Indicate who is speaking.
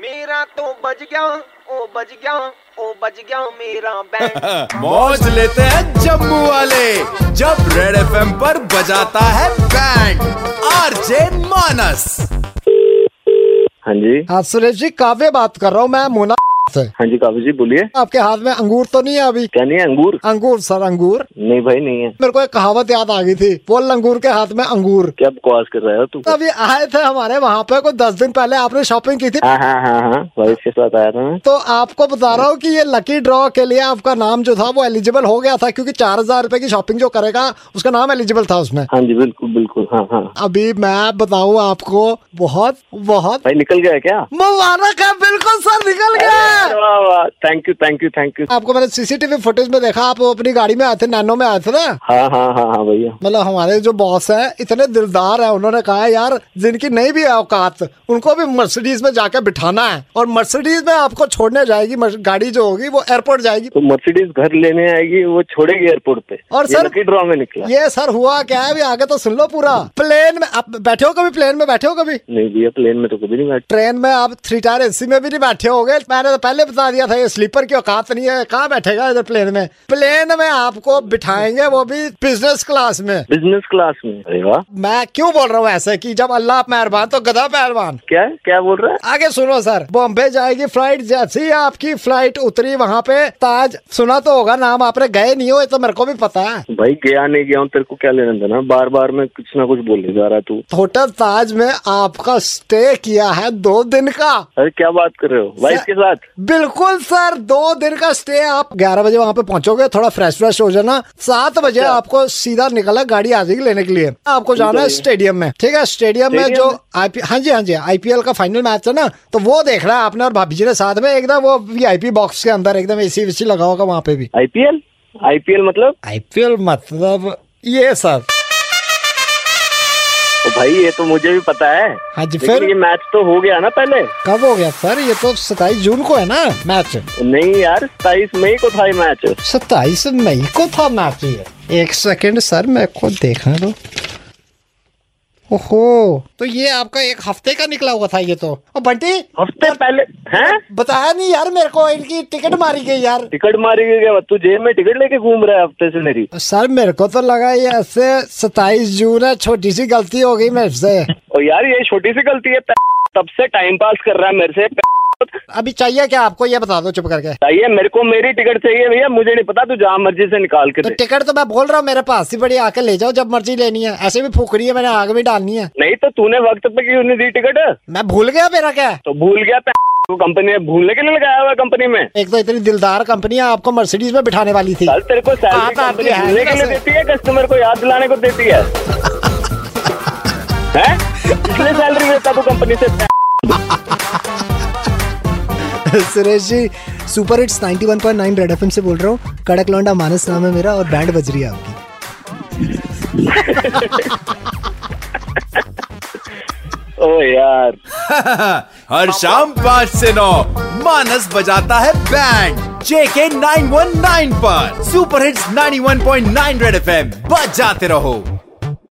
Speaker 1: मेरा तो बज गया ओ बज गया ओ बज गया मेरा बैंड
Speaker 2: मौज लेते हैं जम्मू वाले जब रेड एफएम पर बजाता है बैंड आरजे मानस
Speaker 3: हाँ जी
Speaker 4: हाँ सुरेश जी काव्य बात कर रहा हूँ मैं मोना से
Speaker 3: हाँ जी काबू जी बोलिए
Speaker 4: आपके हाथ में अंगूर तो नहीं है अभी
Speaker 3: क्या नहीं है अंगूर
Speaker 4: अंगूर सर अंगूर
Speaker 3: नहीं भाई नहीं है
Speaker 4: मेरे को एक कहावत याद आ गई थी बोल अंगूर के हाथ में अंगूर तो
Speaker 3: क्या बकवास कर रहे हो तू
Speaker 4: अभी आए थे हमारे वहाँ पे कोई दस दिन पहले आपने शॉपिंग की थी
Speaker 3: हाँ हाँ हाँ हाँ वाइफ के साथ आया था मैं
Speaker 4: तो आपको बता रहा हूँ कि ये लकी ड्रॉ के लिए आपका नाम जो था वो एलिजिबल हो गया था क्योंकि चार हजार रूपए की शॉपिंग जो करेगा उसका नाम एलिजिबल था उसमें
Speaker 3: हाँ जी बिल्कुल बिल्कुल हाँ हाँ
Speaker 4: अभी मैं बताऊँ आपको बहुत बहुत
Speaker 3: भाई निकल गया क्या
Speaker 4: मुबारक है बिल्कुल सर निकल गया
Speaker 3: वाह वाह thank you thank you thank you
Speaker 4: आपको मैंने सीसीटीवी फुटेज में देखा आप अपनी गाड़ी में आए थे नैनो में आए थे ना
Speaker 3: हाँ हाँ हाँ हाँ भैया
Speaker 4: मतलब हमारे जो बॉस हैं इतने दिलदार हैं उन्होंने कहा है, यार जिनकी नहीं भी है औकात उनको भी मर्सिडीज में जाकर बिठाना है और मर्सिडीज में आपको छोड़ने जाएगी मर्स- गाड़ी जो होगी वो एयरपोर्ट जाएगी
Speaker 3: तो मर्सिडीज घर लेने आएगी वो छोड़ेगी एयरपोर्ट पे
Speaker 4: और सर-
Speaker 3: लकी ड्रॉ में निकला
Speaker 4: ये सर हुआ क्या है अभी आगे तो सुन लो पूरा प्लेन में आप बैठे हो कभी प्लेन में बैठे हो कभी
Speaker 3: नहीं भैया प्लेन में तो कभी नहीं बैठ
Speaker 4: ट्रेन में आप थ्री टायर एसी में भी नहीं बैठे होगे मैंने तो पहले बता दिया था ये स्लीपर की औकात नहीं है कहाँ बैठेगा इधर प्लेन में प्लेन में आपको बिठाएंगे वो भी बिजनेस क्लास में
Speaker 3: बिजनेस क्लास में अरे वाह
Speaker 4: मैं क्यों बोल रहा हूँ ऐसे कि जब अल्लाह मेहरबान तो गधा मेहरबान
Speaker 3: क्या है? क्या बोल रहा है
Speaker 4: आगे सुनो सर बॉम्बे जाएगी फ्लाइट जैसी ही आपकी फ्लाइट उतरी वहाँ पे ताज सुना तो होगा नाम आपने गए नहीं हो ये तो मेरे को भी पता है
Speaker 3: भाई गया नहीं गया हूँ तेरे को क्या लेना देना बार बार मैं कुछ ना कुछ बोलने जा रहा तू
Speaker 4: होटल ताज में आपका स्टे किया है दो दिन का
Speaker 3: अरे क्या बात कर रहे हो वाइफ के साथ
Speaker 4: बिल्कुल सर दो दिन का स्टे आप ग्यारह बजे वहाँ पे पहुँचोगे थोड़ा फ्रेश फ्रेश हो जाना सात बजे आपको सीधा निकला गाड़ी आ जाएगी लेने के लिए आपको जाना है स्टेडियम में ठीक है स्टेडियम में जो आईपी हाँ जी हाँ जी आईपीएल का फाइनल मैच है ना तो वो देखना है आपने और भाभी जी ने साथ में एकदम वो वीआईपी बॉक्स के अंदर एकदम एसी वेसी लगा होगा वहाँ पे भी
Speaker 3: आईपीएल आईपीएल मतलब
Speaker 4: आईपीएल मतलब ये सर
Speaker 3: ओ भाई ये तो मुझे भी पता है
Speaker 4: हाँ जी,
Speaker 3: लेकिन
Speaker 4: फिर?
Speaker 3: ये मैच तो हो गया ना पहले
Speaker 4: कब हो गया सर ये तो सताईस जून को है ना मैच
Speaker 3: नहीं यार सताईस मई को था ये मैच
Speaker 4: सत्ताईस मई को था मैच ये एक सेकंड सर मैं को देखने दो ओहो तो ये आपका एक हफ्ते का निकला हुआ था ये तो ओ बंटी
Speaker 3: हफ्ते पहले हैं
Speaker 4: बताया नहीं यार मेरे को इनकी टिकट मारी गई यार
Speaker 3: टिकट मारी गई क्या तू जेब में टिकट लेके घूम रहा है हफ्ते से मेरी
Speaker 4: सर मेरे को तो लगा ये ऐसे सताईस जून है छोटी सी गलती हो गई मेरे से
Speaker 3: और यार ये छोटी सी गलती है तब से टाइम पास कर रहा है मेरे से
Speaker 4: अभी चाहिए क्या आपको ये बता दो चुप करके
Speaker 3: चाहिए मेरे को मेरी टिकट चाहिए भैया मुझे नहीं पता तू जहाँ मर्जी से निकाल के
Speaker 4: तो
Speaker 3: दे
Speaker 4: टिकट तो मैं बोल रहा हूँ मेरे पास ही बड़ी आके ले जाओ जब मर्जी लेनी है ऐसे भी फूक रही है मैंने आग में डालनी है
Speaker 3: नहीं तो तूने वक्त पे क्यों नहीं दी टिकट
Speaker 4: मैं भूल गया मेरा क्या है
Speaker 3: तो भूल गया कंपनी में भूलने के लिए लगाया हुआ है कंपनी में
Speaker 4: एक तो इतनी दिलदार कंपनी है आपको मर्सिडीज में बिठाने वाली थी
Speaker 3: कल तेरे को सैलरी
Speaker 4: आता
Speaker 3: कंपनी
Speaker 4: है,
Speaker 3: भूलने के लिए
Speaker 4: कैसे?
Speaker 3: देती है कस्टमर को याद दिलाने को देती है हैं? इसलिए सैलरी लेता तू कंपनी से
Speaker 4: Suresh ji super hits 91.9 red FM से बोल रहा हूँ कड़क लौंडा मानस नाम है मेरा और बैंड बज रही है आपकी
Speaker 3: ओ यार
Speaker 2: हर शाम पाँच से नौ मानस बजाता है बैंड जेके 919 पर सुपर हिट्स 91.9 रेड एफएम बजाते रहो